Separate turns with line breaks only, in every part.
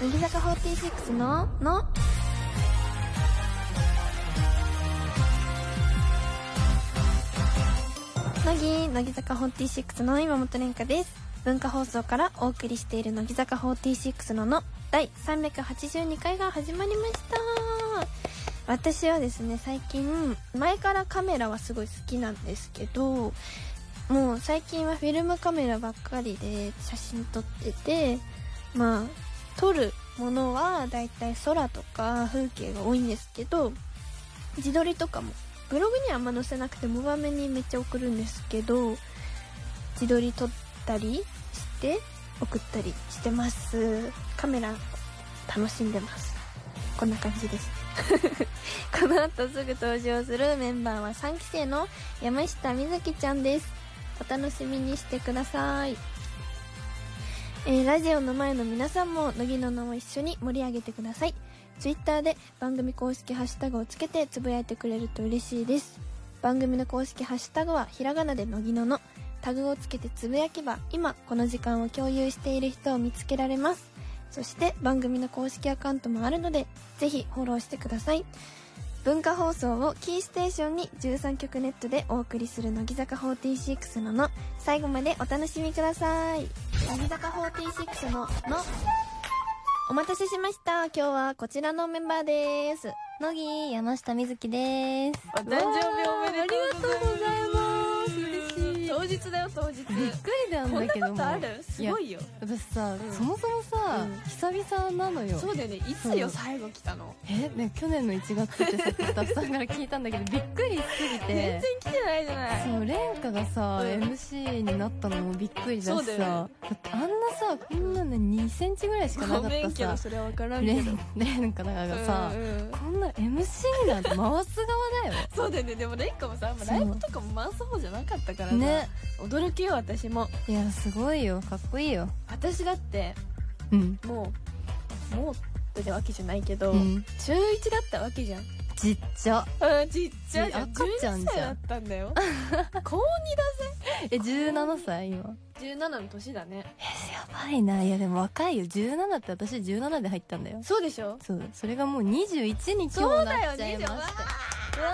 乃木坂46のの乃木乃木坂46の今本蓮香です文化放送からお送りしている乃木坂46のの第382回が始まりました私はですね最近前からカメラはすごい好きなんですけどもう最近はフィルムカメラばっかりで写真撮っててまあ撮るものはだいたい空とか風景が多いんですけど自撮りとかもブログにはあんま載せなくてモバメにめっちゃ送るんですけど自撮り撮ったりして送ったりしてますカメラ楽しんでますこんな感じです この後すぐ登場するメンバーは3期生の山下美月ちゃんですお楽しみにしてくださいえーラジオの前の皆さんも乃木ののを一緒に盛り上げてくださいツイッターで番組公式ハッシュタグをつけてつぶやいてくれると嬉しいです番組の公式ハッシュタグはひらがなで乃木ののタグをつけてつぶやけば今この時間を共有している人を見つけられますそして番組の公式アカウントもあるのでぜひフォローしてください文化放送をキーステーションに13曲ネットでお送りする乃木坂46のの最後までお楽しみください乃木坂46ののお待たせしました今日はこちらのメンバーです乃木山下美月です
お誕生日おめでとうございます
嬉しい
当日だよ当日
びっくりなん
こんな
だけど
こ
も
とあるすごいよ
私さ、
うん
そもそもさ、
うん
久々なのよ
そうだよねいつよ
そう
最後来たの
えね去年の1月ってさ スタッフさんから聞いたんだけどびっくりしすぎ
全然
て
来てないじゃない
そう蓮華がさ、
うん
MC になったのもびっくりだ
そ
し
うだよね
さだってあんなさこんなの2センチぐらいしかな
ご
かっ
めんけ
た
ど
さ
それは分からんけど
蓮華なんかがさ、
うんうん
こんな MC なんて回す側だよ
そうだよねでもレイカもさあんま
そう
ライブとかも回す方じゃなかったからさ
ね
驚きよ私も
いやすごいよかっこいいよ
私だって
うん、
もうもうってわけじゃないけど、
うん、
中1だったわけじゃん
ちっちゃ
うんちっちゃいじゃん
赤ちゃ
12
んじゃん
歳だったんだ よ高2
え17歳今
だ17の年だね
えやばいないやでも若いよ17って私17で入ったんだよ
そうでしょ
そうそれがもう21に今日
そうだ
な
よ
っちゃい
ね
ま
じ
した
ゃあ
わ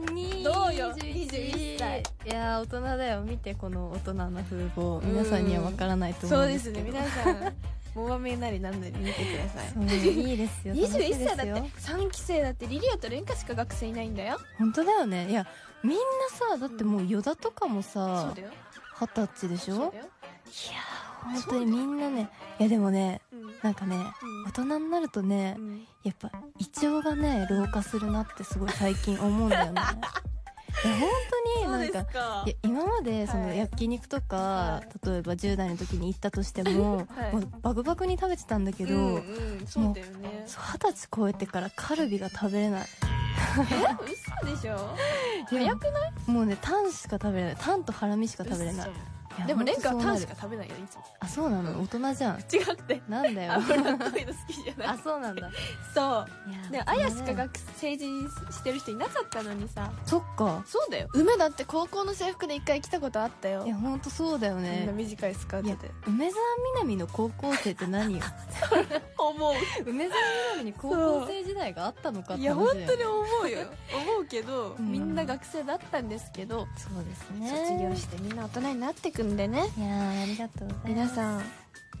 ー
どうよ
21
21歳
いやー大人だよ見てこの大人の風貌
うん
皆さんには分からないと思
そううん
で
ですす
け
ね
ど
皆さんモバメなりなんなり見てください
そういいで すよ
21
楽しいですよ
歳だって3期生だってリリアとレンカしか学生いないんだよ
本当だよねいやみんなさだってもう依田とかも
そう
さ
だよ
二十歳でし
そう
ょ
だよ
本当にみんなねいやでもね
うん
なんかね大人になるとね、
うん
やっぱ胃腸がね老化するなってすごい最近思う んだよねいや本当に
そう
な
です
んか
か
いや今までその
はい
焼肉とか、
はい、
例えば10代の時に行ったとしても
はい
もうバクバクに食べてたんだけど、
うんうんそうだよね
そう二十歳超えてからカルビが食べれない
え嘘でしょ早くない
もうねタンしか食べれないタンとハラミしか食べれないいや
でも
ほん
レ
と
ンカはタン
そうなる
しか食べないよいつも
あそうなの大人じゃん
違くて
なんだよ
脂っこいの好きじゃな
あ
い
そうなんだ
そ
いや
うであやし
そ
か
れね
学成人してる人いなかったのにさ
そっか
そうだよ梅だって高校の制服で一回来たことあったよ
いやほんとそうだよ
みんな
ね
短いスカー
いや
トで
梅沢みなみの高校生って何よ
思う
梅沢みなみに高校生時代があったのかって話
いや本
だよ
当に思うよ思うけど、
うん
みんな学生だったんですけど、
そうですね
卒業してみんな大人になってくんでね
いやーありがとうござい
皆
ます
さん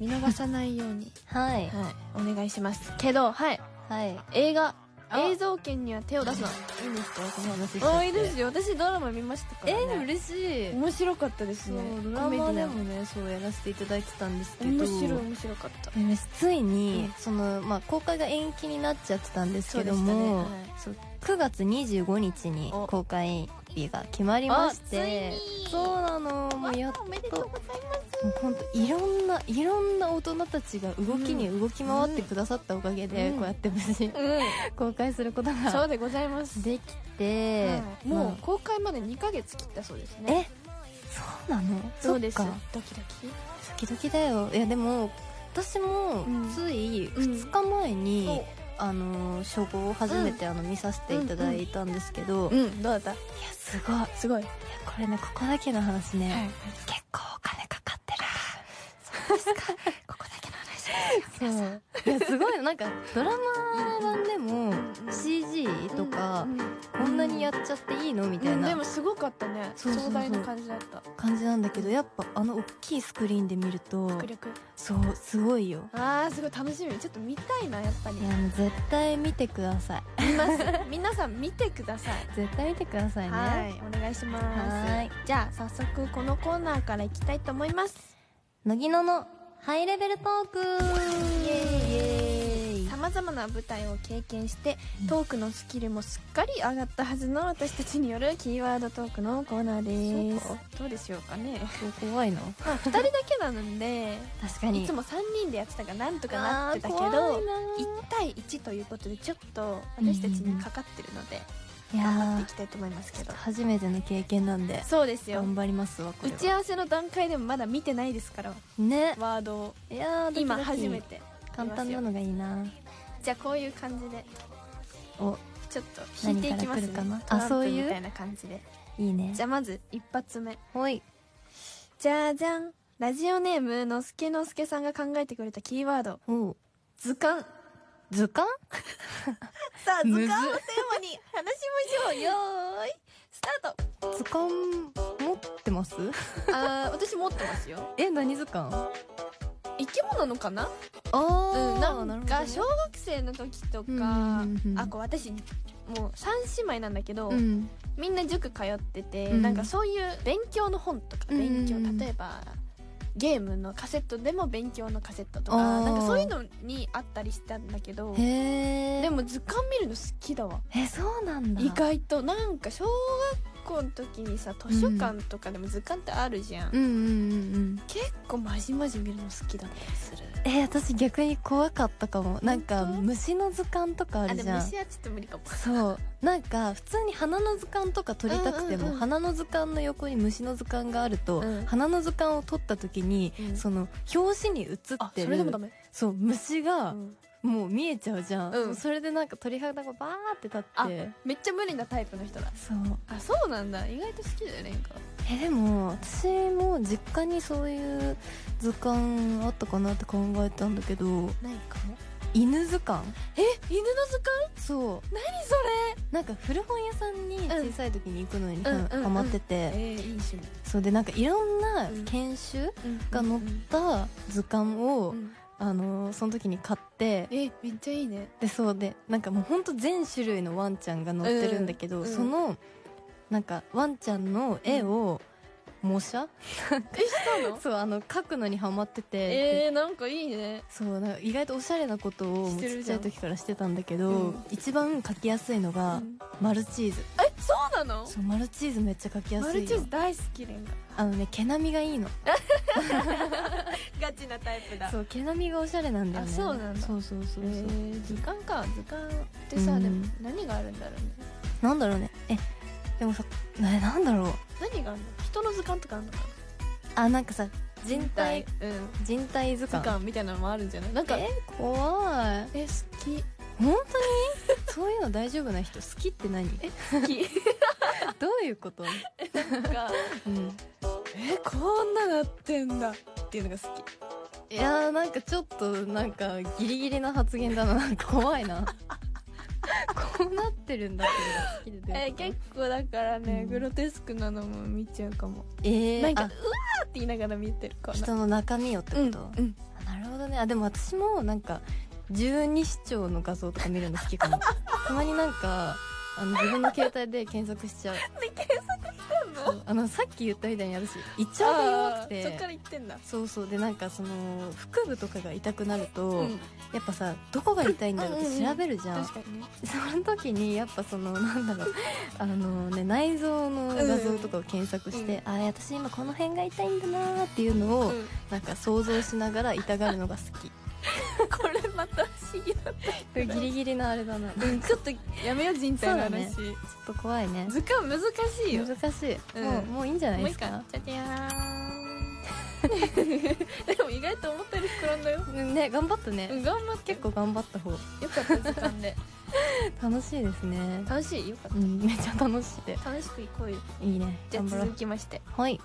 見逃さないように
はい
はいお願いしますけどはい
はい
映画
あ
映像権には手を出すな
はいいんですかこの話しちゃって
あいいですよ私ドラマ見ましたか
え
ら、ね、
ー、嬉しい
面白かったです
そ
ね
うドラマで
コメ
もねそうやらせていただいてたんです
デ
けど
ィな面白い面白かった
いやついうに
ん、
そのまあ、公開が延期になっちゃってたんですけど
そうでしたねは
も
い、
そう9月25日に
お
公開日が決まりまして
あついに
そうなのもうやっ
わあおめでとうございます
もう本当いろんないろんな大人たちが動きに動き回ってくださったおかげで、
うん
こうやって 無事
う
公開すること
んそう
が
でございます、
できて、
はいもう公開まで2ヶ月切ったそうです
まあ
ね
えそうなの
そうです
そ
ド
っか
キドキ
ドキドキだよいやでも私も
うん
つい2日前に、
お
あの初号を初めてあの見させていただいたんですけど、いや
うんどうだっ
すごいいや
たすごい、は
これねここだけの話ね、
い、
結構お金かかってる
そうですかここだけの話
そういやすごいのなんかドラマ版でも CG とか
うん
こんなにやっちゃっていいのみたい
うんで
な
もすごかったね
そうそうそう
壮大な感じだった
感じなんだけどやっぱあの大きいスクリーンで見ると
迫力
そうすごいよ
あーすごい楽しみちょっと見たいなやっぱり
いやもう絶対見てください
見ます 皆さん見てください
絶対見てくださいね
はいお願いします
はーい
じゃあ早速このコーナーからいきたいと思います
乃木野のハイレベルトークイエーイ
さまざまな舞台を経験してトークのスキルもすっかり上がったはずの私たちによるキーワードトークのコーナーです
どうでしょうかね
怖いの
まあ2人だけなので
確かに
いつも3人でやってたからなんとかなってたけ
あー怖
ど
いな
1対1ということでちょっと私たちにかかってるので
いや
頑張ってい
ー
きたいと思いますけど
初めての経験なんで
そうですよ
頑張りますわこ
打
れ
ち
は
合わせの段階でもまだ見てないですから
ね
ワードを
いやードキドキ
今初めて
簡単なのがいいな
じゃあこういう感じで
お
ちょっと引いていきますね
何から来るかな
トランプ
あそういう
みたいな感じで
いいね
じゃあまず一発目
ほい
じゃじゃんラジオネームのすけのすけさんが考えてくれたキーワード
おう
図鑑
図鑑
さあ図
むず
鑑をテーマに話しましょうよーいスタート
図鑑持ってます
あー私持ってますよ
え何図鑑あ
生き物のかな
あ
うん
ー
なんか小学生の時と
うん
か
うんうん
あこう私もう3姉妹なんだけど、
うん
みんな塾通ってて、
うん
なんかそういう勉強の本とか
うんうん
勉強、
うん
例えばゲームのカセットでも勉強のカセットとか
あー
なんかそういうのにあったりしたんだけど
へえ
でも図鑑見るの好きだわ
えそうなんだ
意外となんか小学校の時にさ図書館とかでも図鑑ってあるじゃん、
うんうんうんうん
結構まじまじ見るの好きだったりする
えー私逆に怖かったかもなんか
本当
虫の図鑑とかあ
あ
る
で
じ
も
ゃん
虫はちょっと無理かも
そうなんか普通に花の図鑑とか撮りたくて
うん
も、
うんうん
花の図鑑の横に虫の図鑑があると、
うん
花の図鑑を撮った時に、
うん
その表紙に写
あ
っ
そ
て
れでもダ
る
メ、
そう虫
う
が
ん
もう見えちゃうじゃん、
うん
それでなんか鳥肌がバーって立
あ
って
めっちゃ無理なタイプの人だ
そう
あそうなんだ意外と好きだよねなんか
えでも私も実家にそういう図鑑あったかなって考えたんだけど
ないかも
犬図鑑
え犬の図鑑
そう
何そ
なんか古本屋さんに小さい時に行くのに
うんうん
ハ
うんうん
ハマってて、
れえー、いい趣味
そうでなんかいろんな
うん
研修
が
が
乗
載
っ
った図鑑を、
うん
あのーその時に買って
えめっちゃいいね
でそうでなんかもうほんと全種類のワンちゃんが載ってるんだけ
う
ど、
んうん
そのなんかワンちゃんの絵を模写、
えしたの
そうあの描くのにハマってて、
えー、なんかいいね
そうなんか意外とおしゃれなことをも
し
う
て
ち
る
っ
じ
ち
ゃ
ゃ
ん
い時からしてたんだけど、
うん
一番描きやすいの
う
が
ん
マルチーズ、
えそうなの
そうマルチーズめっちゃ描きやすい
マ
の
ルチーズ大好きレンが
あのね毛並みがいいの
ガチなタイプだ
そう毛並みがおしゃれなんだよね
あそうなんだ
そうそうそうそう、
えー、図鑑か図鑑ってさ、
うん
でも何があるんだろうね
なんだろうねえでもさえなんだろう
何があるの人の図鑑とかあるのかな
あなんかさ人体
うん
人体図
図
鑑
鑑みたいなのもあるんじゃないなんか
え怖い
え好き
本当にそういうの大丈夫な人好きって何え
好き
どういうこと、
なん か
うん、
えこんななってんだっていうのが好き
いやーなんかちょっとなんかギリギリな発言だななんか怖い なこうなってるんだけど好きで
え結構だからね、
うん
グロテスクなのも見ちゃうかも
えー、
なんかうわー
あ
って言いながら見てるかな
人の中身をってこ
う
と、
ん
あなるほどねあでも私もなんか十二指腸の画像とか見るの好き かもたまになんかあの自分の携帯で検索しち ゃうそうあのさっき言ったみたいに私胃腸が弱く
あーそっか
て
ら行ってんだ
そうそうでなんかその腹部とかが痛くなると、
うん
やっぱさどこが痛いんだろうっ
うんうん
て
うん
調べるじゃん,、
確かにね
その時にやっぱそのなんだろうあのね内臓の画像とかを検索して、ああ私今この辺が痛いんだなーっていうのを、
うん
なんか想像しながら痛がるのが好 き
これまた不思議だ
これギリギリなあれだなちょ
うん ちょっとやめよう人体の話、
っと怖いね
図鑑難しいよ
難しい、
うん
もうもういいんじゃない
もう
で
一
す
回
か
じゃじゃーん でも意外と思ったより膨らんだよ
うんね頑張ったね、
うん頑張って
結構頑張った方
よかった図鑑で
楽しいですね
楽しいよかっ
うんめっちゃ楽しくて
た楽しく行こうよ
いいね
じゃあ
頑張ろ
続
う
きまして
はい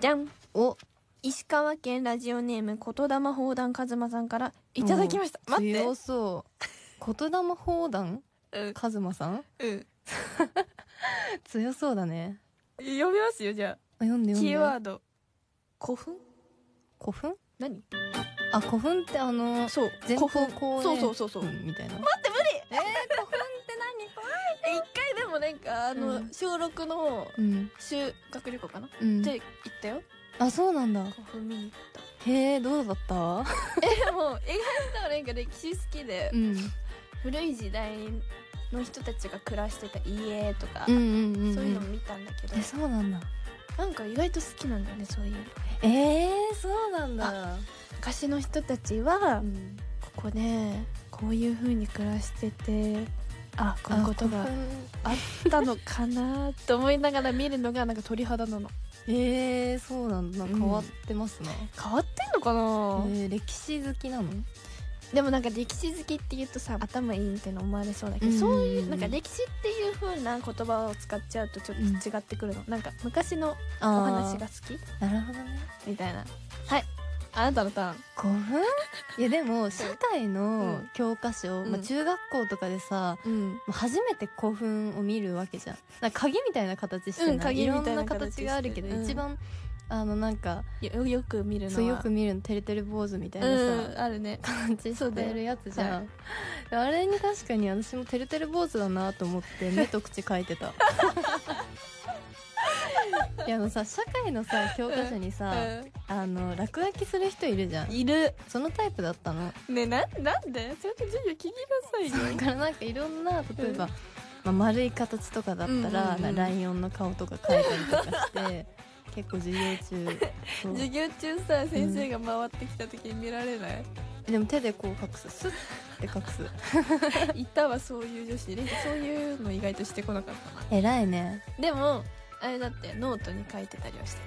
じゃん
お
石川県ラジオネーム言霊砲弾和馬さんからいただきました待って
強そう言霊砲弾
うん
カズマさん
うん
強そうだね
読みますよじゃ
あ読んで
あ
読んで
キーワード古墳
古墳
何
あ古墳ってあの
そう
前
古
方
墳
後円
そうそうそうそう、
墳
え
みたいな
一回でもなんかあの、
うん
小6の
うん、
修学旅行かな、
うん、
で行ったよ
あそうなんだ
古墳見に行っ
へえどうだった
たでも意外となんか歴史好きで、
うん
古い時代の人たちが暮らしてた家とか、
うんうんうんん
そういうのも見たんだけど
えそうなんだ
なんか意外と好きなんだよねそういう
えー、そうなんだ
昔の人たちは
うん
ここでこういう風に暮らしててあこういうことがあ
あ古墳
ったのかなと思いながら見るのがなんか鳥肌なの
えー、そうなんだ
うん
変わってますな、
変わってんのかな、
えー歴史好きなの
でもなんか歴史好きって言うとさ頭いいみたいな思われそうだけど、
うん
そういうなんか歴史っていう風な言葉を使っちゃうとちょっと違ってくるの、なんか昔の
お
お話が好き
なるほどね
みたいなはいあなたのターン
古墳いやでも社会の
うん
教科書、
うん
まあ、中学校とかでさ
うん
もう初めて古墳を見るわけじゃんなんか鍵みたいな形して
うん
ない,、
鍵みたい
ろん
な
な
形して
形
る
があるけど、
うん
一番あのなんか
よよく見るのは
そうよく見るのてるてる坊主みたいなさ、
うんあるね
感 じ
そう
し
だよ
てるやつじゃん、あれに確かに私もてるてる坊主だなと思っ て目と口書いてたいやあのさ社会のさ教科書にさ、あの落書きする人いるじゃん
いる
そのタイプだったの
ねなんなんでちゃんと授業聞きなさい
だ
よ
からなんかいろんな例えば、
う
まあ、丸い形とかだったら、
うんうんうん
ライオンの顔とか描いたりとかして 結構授業中そう
授業中さ先生が回ってきた時に見られない、
でも手でこう隠すスッて隠す
いたわそういう女子でそういうの意外としてこなかったな
偉いね
でもあれだってノートに書いてたりはして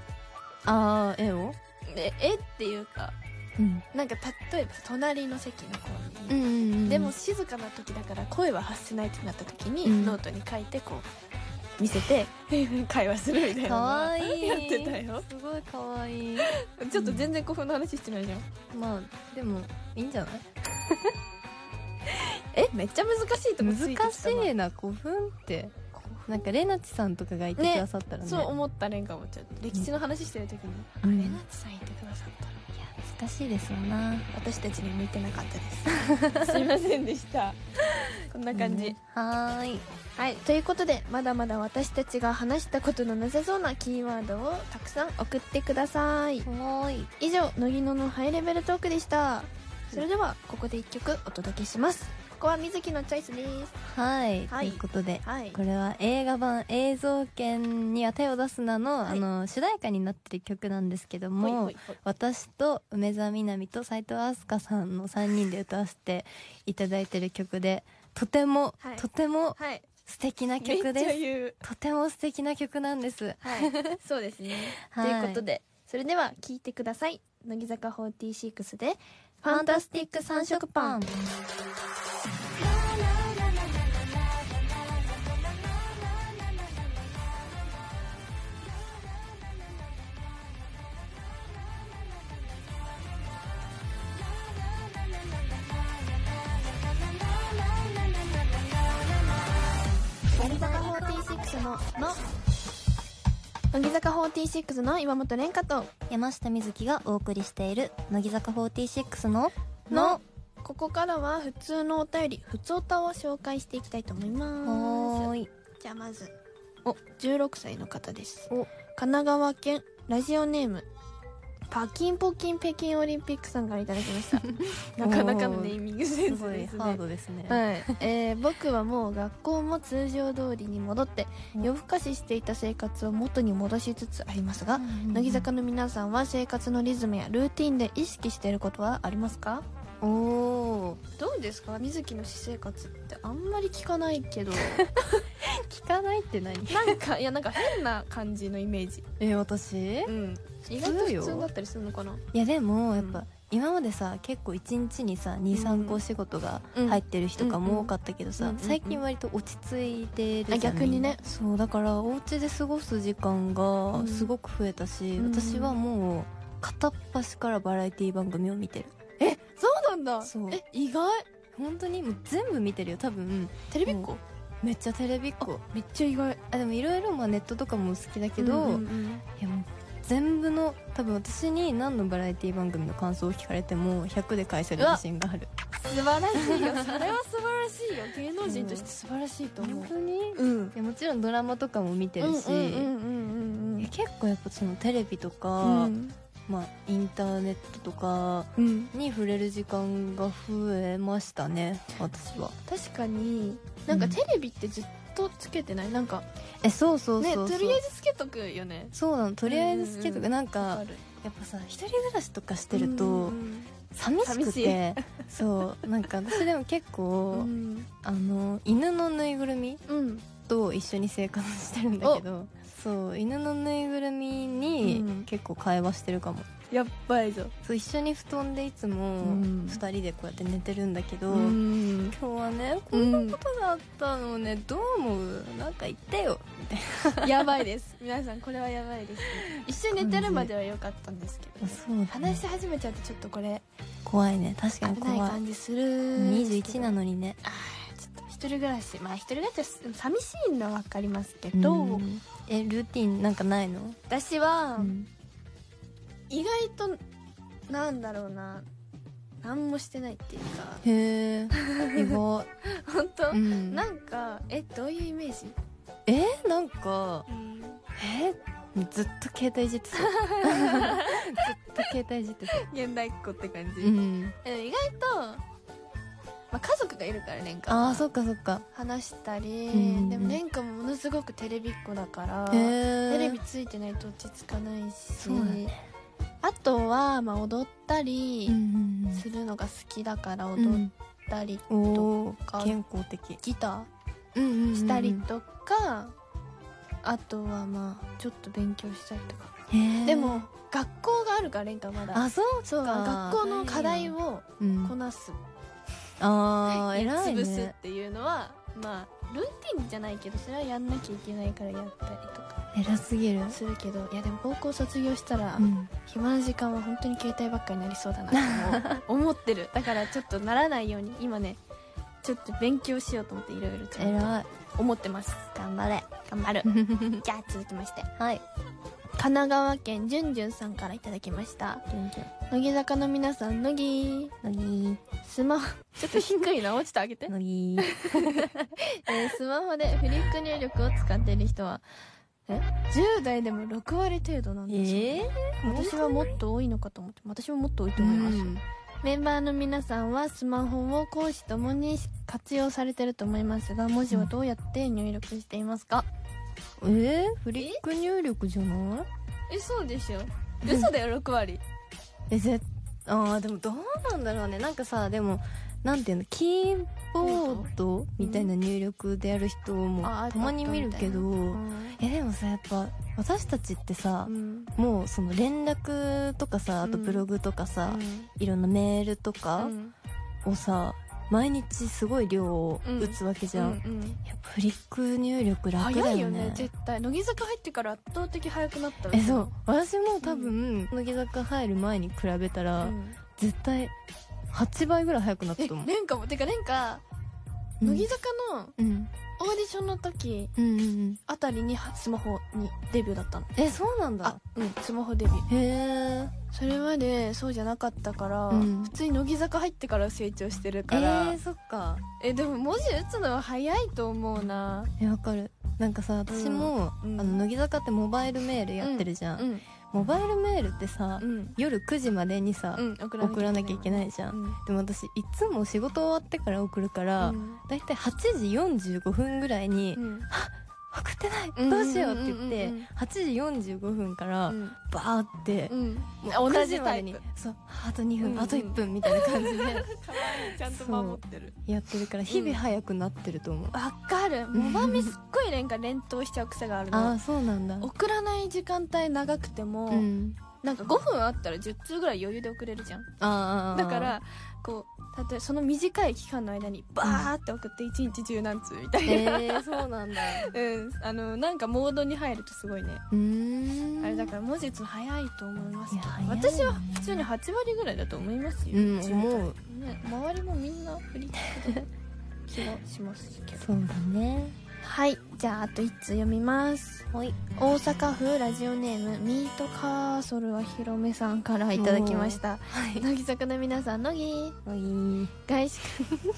ああ絵を
るでえっていうか
うん
なんか例えば隣の席の子に、
うんうんうん
でも静かな時だから声は発せないってなった時に、
うん
ノートに書いてこう見せて会話するみたいなの
か
は
わいい
やってたよ
すごいかわいい
ちょっと全然古墳の話してないじゃん
まあでもいいんじゃない
えめっちゃ難しいとこ
難
ついてきた
しいな古墳ってなんかレナチさんとかがいてく
ね
ださったらね
そう思ったレンガもちょっと歴史の話してる時に、
う
レナ
ん
ッチさんいてくださったら
難しいですよな
私たちに向いてなかったですすいませんでしたこんな感じ、
うんはーい
はいということでまだまだ私たちが話したことのなさそうなキーワードをたくさん送ってください
はーい
以上乃木野のハイレベルトークでしたそれではここで1曲お届けしますここは水木のチョイスです
はい、
はい
ということで
はい
これは映画版「映像権には手を出すなの」
い
あの主題歌になってる曲なんですけど
ほい
も
ほいほい
私と梅澤美波と斉藤飛鳥さんの3人で歌わせていただいてる曲でとても、
はい
とても
はい
素敵な
め
曲
っちゃ
です
言う
とても素敵な曲なんです、
はいそうです ねと
はい
いうことでそれでは聴いてください乃木坂46で「ファンタスティック三色パン」乃木坂46の「の」乃木坂46の岩本蓮香と
山下美月がお送りしている乃木坂46の「
のここからは普通のお便り普通歌を紹介していきたいと思い
は
ます
ーい
じゃあまずお16歳の方です
お
神奈川県ラジオネームパキンポキン北京オリンピックさんからいただきましたなかなかのネーミングセン
す
ス
ごい
です
ハー
ね
ドですね、
はい、えー、僕はもう学校も通常通りに戻って
うん
夜更かししていた生活を元に戻しつつありますが
うん
乃木坂の皆さんは生活のリズムやルーティンで意識していることはありますか
おお
どうですか水木の私生活ってあんまり聞かないけど
聞かないって何
なんかいやなんか変な感じのイメージ
え私
うん意外と普通だったりするのかない
やでも
ん
やっぱ、今までさ結構一日にさ
うん
23個お仕事が入ってる日とかも多かったけどさ、
うんうん
最近割と落ち着いてるじゃ
あ
ん
逆にね
みんなそうだからお家で過ごす時間が
ん
すごく増えたし、
うん
私はもう片っ端からバラエティ番組を見てる
えそうなんだ
そう
え意外
本当にもう全部見てるよ多分
テレビっ子
めっちゃテレビっ子
めっちゃ意外
あでもいろいろまあネットとかも好きだけど、
うんうんうん
いやもう全部の多分私に何のバラエティ番組の感想を聞かれても100で返せる自信がある
素晴らしい よそれは素晴らしいよ芸能人として素晴らしいと思
本
う
当にい
うん
やもちろんドラマとかも見てるし、
うんうんうんうんうん
いや結構やっぱそのテレビとか、
うん
まあ、インターネットとか
うん
に触れる時間が増えましたね私は
確かになんかテレビってずっとつけてないなんか
えそうそう
ね
そう
と
そう、
りあえずつけとくよね
そうなのとりあえず好きとか、
うん
なんか
る
やっぱさ一人暮らしとかしてると寂しく
寂
て、そうなんか私でも結
う
構、
ん
あの犬のぬいぐるみ
うん
と一緒に生活してるんだけどそう犬のぬいぐるみ
う
に
ん
結構会話してるかも、
やっばいぞ
そう一緒に布団でいつも
うん
2人でこうやって寝てるんだけど、
ん
今日はねこんなことがあったのねどう思うなんか言ってよみたい
やばいです皆さんこれはやばいです 一緒に寝てるまでは良かったんですけど
な
ね
そうだね
話し始めちゃってちょっとこれ
怖いね確かに
危ない
怖い
感じする
21な
の
のにね
ちょっと一人暮らしまあ一人暮らしは寂しいのは分かりますけど、
んえルーティンなんかないの、
私は
うん
意外となんだろうな何もしてないっていうか
へえ 意外、
本当、
うん
なんかえどういうイメージ、
えなんかえずっと携帯いじってたずっと携帯いじってた
現代っ子って感じ、
うん
え意外と、まあ、家族がいるから蓮華
あ
は
あそっかそっか
話したり、
うん
でも蓮華もものすごくテレビっ子だから、
へ
テ
え
レビついてないと落ち着かないし、
そうだ
あとは、まあ、踊ったり
うん
するのが好きだから
うんう
踊っ
ん
たり、
おお
か
健康的
ギタ
うんうんうんう
ー
ん
したりとか、あとはまあちょっと勉強したりとか、
へー
でも学校があるから蓮華まだ
あそう
そう
か
学校の課題を
うん
こなす、
ああ偉い
潰すっ
ね
ていうのはまあルーティンじゃないけどそれはやんなきゃいけないからやったりとか
偉すぎる
するけどいやでも高校卒業したら、
うん
暇な時間は本当に携帯ばっかりになりそうだなと 思う思ってるだからちょっとならないように今ねちょっと勉強しようと思っていろいろちゃんと
偉い
思ってます
頑張れ
頑張るじゃあ続きまして
はい
神奈川県じゅんじゅんさんからいただきました
キュンキュン
乃木坂の皆さん乃木
乃
スマホちょっと低いな落ちてあげて
木乃
えースマホでフリック入力を使っている人はえ10代でも6割程度なん
木
ですよ、
え
私はもっと多いのかと思って私ももっと多いと思います、メンバーの皆さんはスマホを講師ともに活用されてると思いますが文字はどうやって入力していますか
えーフリック入力じゃない
えそうでしょ嘘だよ6割
えぜああでもどうなんだろうねなんかさでもなんていうのキーボードみたいな入力でやる人も
あ
たまに見るけど、
うん
えでもさやっぱ私たちってさ、もうその連絡とかさあとブログとかさ、いろんなメールとかをさ毎日すごい量を打つわけじゃん、やっぱフリック入力楽だよね
早いよね絶対乃木坂入ってから圧倒的早くなった
えそう私も多分、乃木坂入る前に比べたら、
うん
絶対8倍ぐらい早くなった
え
と思う
蓮華もてか蓮華
うん
乃木坂の
うん
オーディションの時
うんうんうん
あたりにスマホにデビューだったの
えそうなんだ
あうんスマホデビュー
へえ
それまでそうじゃなかったから、
うん
普通に乃木坂入ってから成長してる
え
から
ー、そっか
えでも文字打つのは早いと思うな
えわかるなんかさ私も、
うん
あの乃木坂ってモバイルメールやってるじゃん、
うん
モバイルメールってさ、
うん
夜9時までにさ、
うん送
送らなきゃいけ
い
ないじゃん、
うん
でも私いつも仕事終わってから送るから、
うん
だいたい8時45分ぐらいに、
うん
送ってない
うん
どうしようって言って、
うんうんうんうん
8時45分から、バーって、
うんうん
もう
同
9
じ
時ま
タ
で
イプ
にそうあと2分、
うんうん
あと1分みたいな感じで
可愛いちゃんと守ってる
やってるから日々早くなってると思う、
わかるモバミすっごい連歌連投しちゃう癖がある
あ
の
あそうなんだ
送らない時間帯長くても、
うん
なんか5分あったら10通ぐらい余裕で送れるじゃん
あー
だからこう例えばその短い期間の間にバーって送って1日十何通みたいな、
えー、そうなんだ
うん、あのなんかモードに入るとすごいね、
うーん
あれだから文字打つの早いと思いますけど
いや早いね
私は普通に8割ぐらいだと思いますよ、
うん
10
思う
ね、周りもみんな振り切ってた気がし ますけど
そうだね
はいじゃああと1通読みます
はい
大阪府ラジオネームミートカーソルはひろめさんからいただきました
はい
乃木坂の皆さん乃木
はい
外宿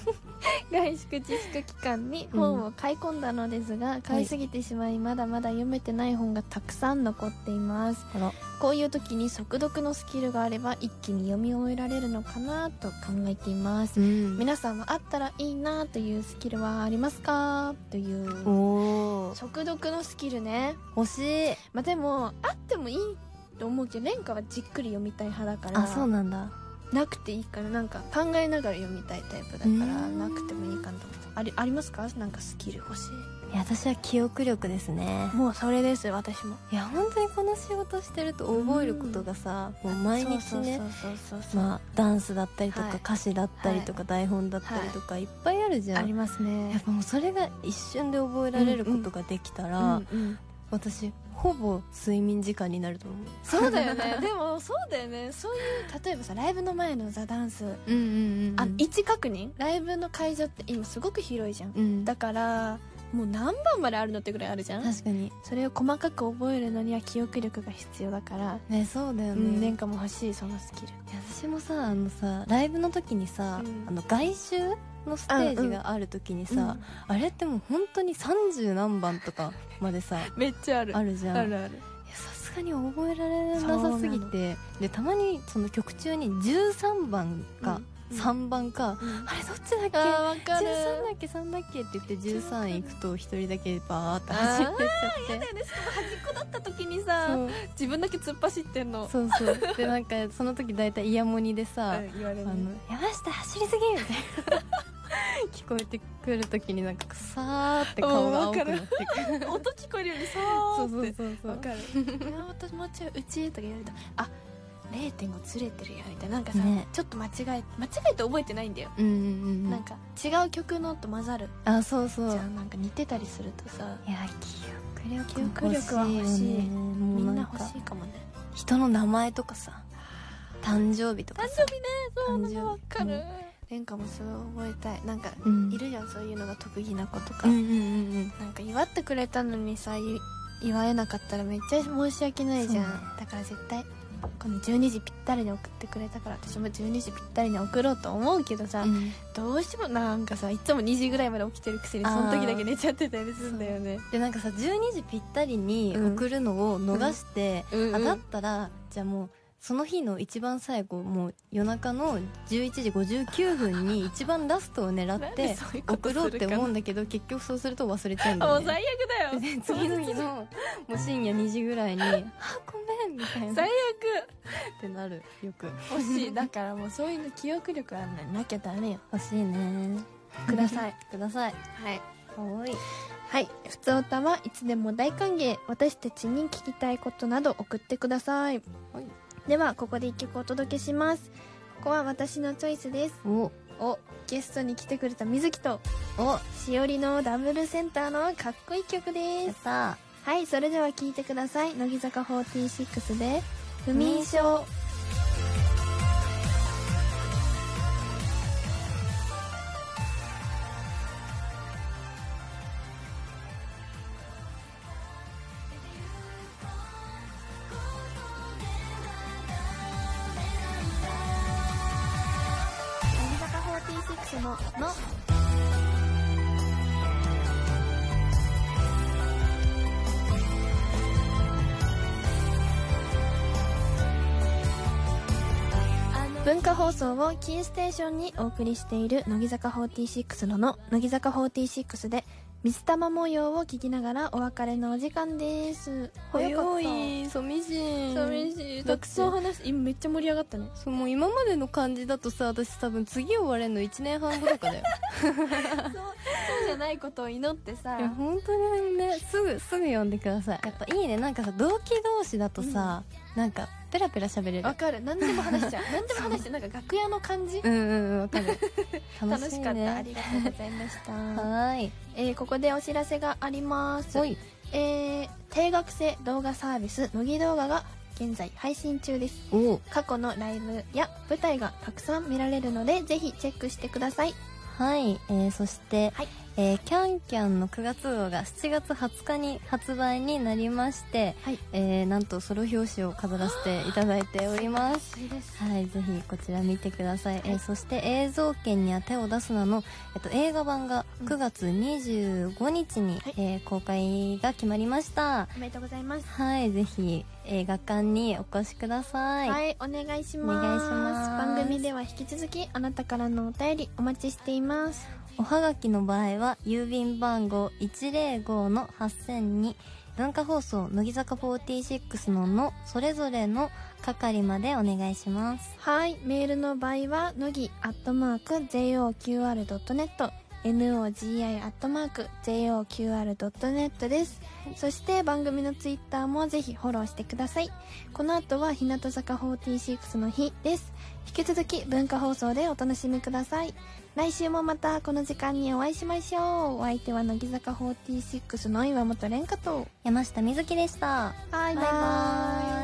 外宿自粛期間に本を買い込んだのですが、買いすぎてしまいまだまだ読めてない本がたくさん残っています
あら
こういう時に速読のスキルがあれば一気に読み終えられるのかなと考えています、
ん
皆さんはあったらいいなというスキルはありますかという
おー
速読のスキルね
欲しい
まあでもあってもいいと思うけど蓮華はじっくり読みたい派だから
あそうなんだ
なくていいからなんか考えながら読みたいタイプだか
う
ら
ーん
なくてもいいかなと思ってありありますかなんかスキル欲しい
いや私は記憶力ですね
もうそれです私も
いや本当にこの仕事してると覚えることがさ、もう毎日ね
そうそうそうそうそう、
まあダンスだったりと
はい
か歌詞だったりとか台本だったりとかいっぱいあるじゃ
あり
ん、
ます
や
ね
っぱもうそれが一瞬で覚えられることができたら、
うん うん
私ほぼ睡眠時間になると思う
そうだよねでもそうだよねそういう
例えばさライブの前のザ・ダンス、
うんうん
あ位置確認ライブの会場って今すごく広いじゃん
うん
だからもう何番まであるのってぐらいあるじゃん
確かに
それを細かく覚えるのには記憶力が必要だから
ねそうだよね、
うん、
い
年
や
間も欲しいそのスキル
私もさあのさライブの時にさ、
うん
あの外周のステージがある時にさ、あれってもう本当に30何番とかまで さ
めっちゃある
あるじゃん
あるある
いやさすがに覚えられなさすぎてでたまにその曲中に13番か、
うんうん
3番か、あれどっちだっけ
あーわかる
13だっけ3だっけって言って13行くと一人だけバーって走ってっちゃって
ねしかも端っこだった時にさ自分だけ突っ走ってんの
そうそうそうでなんかその時大体イヤモニでさ
うん言われ
「あ
る
の
ね
山下走りすぎ!」みたいな聞こえてくる時になんかくさーって顔が青くなってくる
音聞こえるようにさ
そ
ー
う
って
そうそうそう
わかるいや私もちろんうちとか言われたらあ0.5ずれてるよみたいななんかさ、
ね
ちょっと間違え間違えて覚えてないんだよ、
うんうんうんう
なん
ん
か違う曲のと混ざる
あそうそう
じゃんなんか似てたりするとさ
いや記
記
憶
憶
力
力は欲しい
よねも
み
うんな
なん
か
欲しいかもね
人の名前とかさ誕生日と
誕
かさ
生日ねそうな
誕生日
のわかる、
う
蓮華もそう覚えたいなんか
うん
いるじゃんそういうのが得意な子とか、
うんうんうんうん
なんか祝ってくれたのにさい祝えなかったらめっちゃ申し訳ないじゃん、
そうね
だから絶対この12時ぴったりに送ってくれたから私も12時ぴったりに送ろうと思うけどさ、
うん
どうしてもなんかさいつも2時ぐらいまで起きてるくせに
あ
そ
ー
の時だけ寝ちゃってたりするんだよね
でなんかさ12時ぴったりに送るのを逃して、
うん
あだったらじゃあもうその日の一番最後もう夜中の11時59分に一番ラストを狙
な
っ
んで
て
そういうこと
送
するか
ろう
な
って思うんだけど結局そうすると忘れちゃうんだ
あもう
よね
最悪だよ
で 次の日のもう深夜2時 ぐらいに「あごめん」みたいなっ
最
てなるよく
悪欲しいだ
だからもうそういうの記憶力はななきゃダメよ
欲しいね
ください
ください
はい
はい
はい「ふつおた」はいつでも大歓迎私たちに聞きたいことなど送ってください、
はい
ではここで一曲お届けしますここは私のチョイスです
お
をゲストに来てくれた水木と
お
しおりのダブルセンターのかっこいい曲で
やっ
す
た
はいそれでは聴いてください乃木坂46で「不眠症」乃木坂46の「の」文化放送をキーステーションにお送りしている乃木坂46のの乃木坂46で水玉模様を聞きながらお別れのお時間です早かった
寂しい
寂しいたくさん話今めっちゃ盛り上がったね
そうもう今までの感じだとさ私多分次終われるの1年半後とかだよ
そうじゃないことを祈ってさ
いや本当にねすぐすぐ読んでくださいやっぱいいねなんかさ同期同士だとさ、なんかペラペラ喋れる
わかる何でも話しちゃう何でも話してなんか楽屋の感じ
うんうんうんわ かる
楽
楽し
し
い
かったあ
ね
りがとうございました
はーい
えーここでお知らせがあります
ほい
えー定額制動画サービス乃木動画が現在配信中です
おう
過去のライブや舞台がたくさん見られるのでぜひチェックしてください
はい、えーそして、
はい
えーキャンキャンの9月号が7月20日に発売になりまして、
はい
えーなんとソロ表紙を飾らせていただいております。
いいです
はい、ぜひこちら見てください。えーそして映像権には手を出すなの、えっと、映画版が
うん
9月25日に、
はい
えー公開が決まりました。
おめでとうございます
はい、ぜひ映画館にお越しください。
はい、お願いします
お願いします
番組では引き続きあなたからのお便りお待ちしています
おはがきの場合は郵便番号105の8000に文化放送乃木坂46ののそれぞれの係までお願いします
はい、メールの場合は、のぎ、アットマーク、joqr.net、nogi、アットマーク、joqr.net です。そして、番組のツイッターもぜひフォローしてください。この後は、日向坂46の日です。引き続き、文化放送でお楽しみください。来週もまた、この時間にお会いしましょう。お相手は、乃木坂46の岩本蓮香と。
山下美月でした
バイバ
バイバ
イ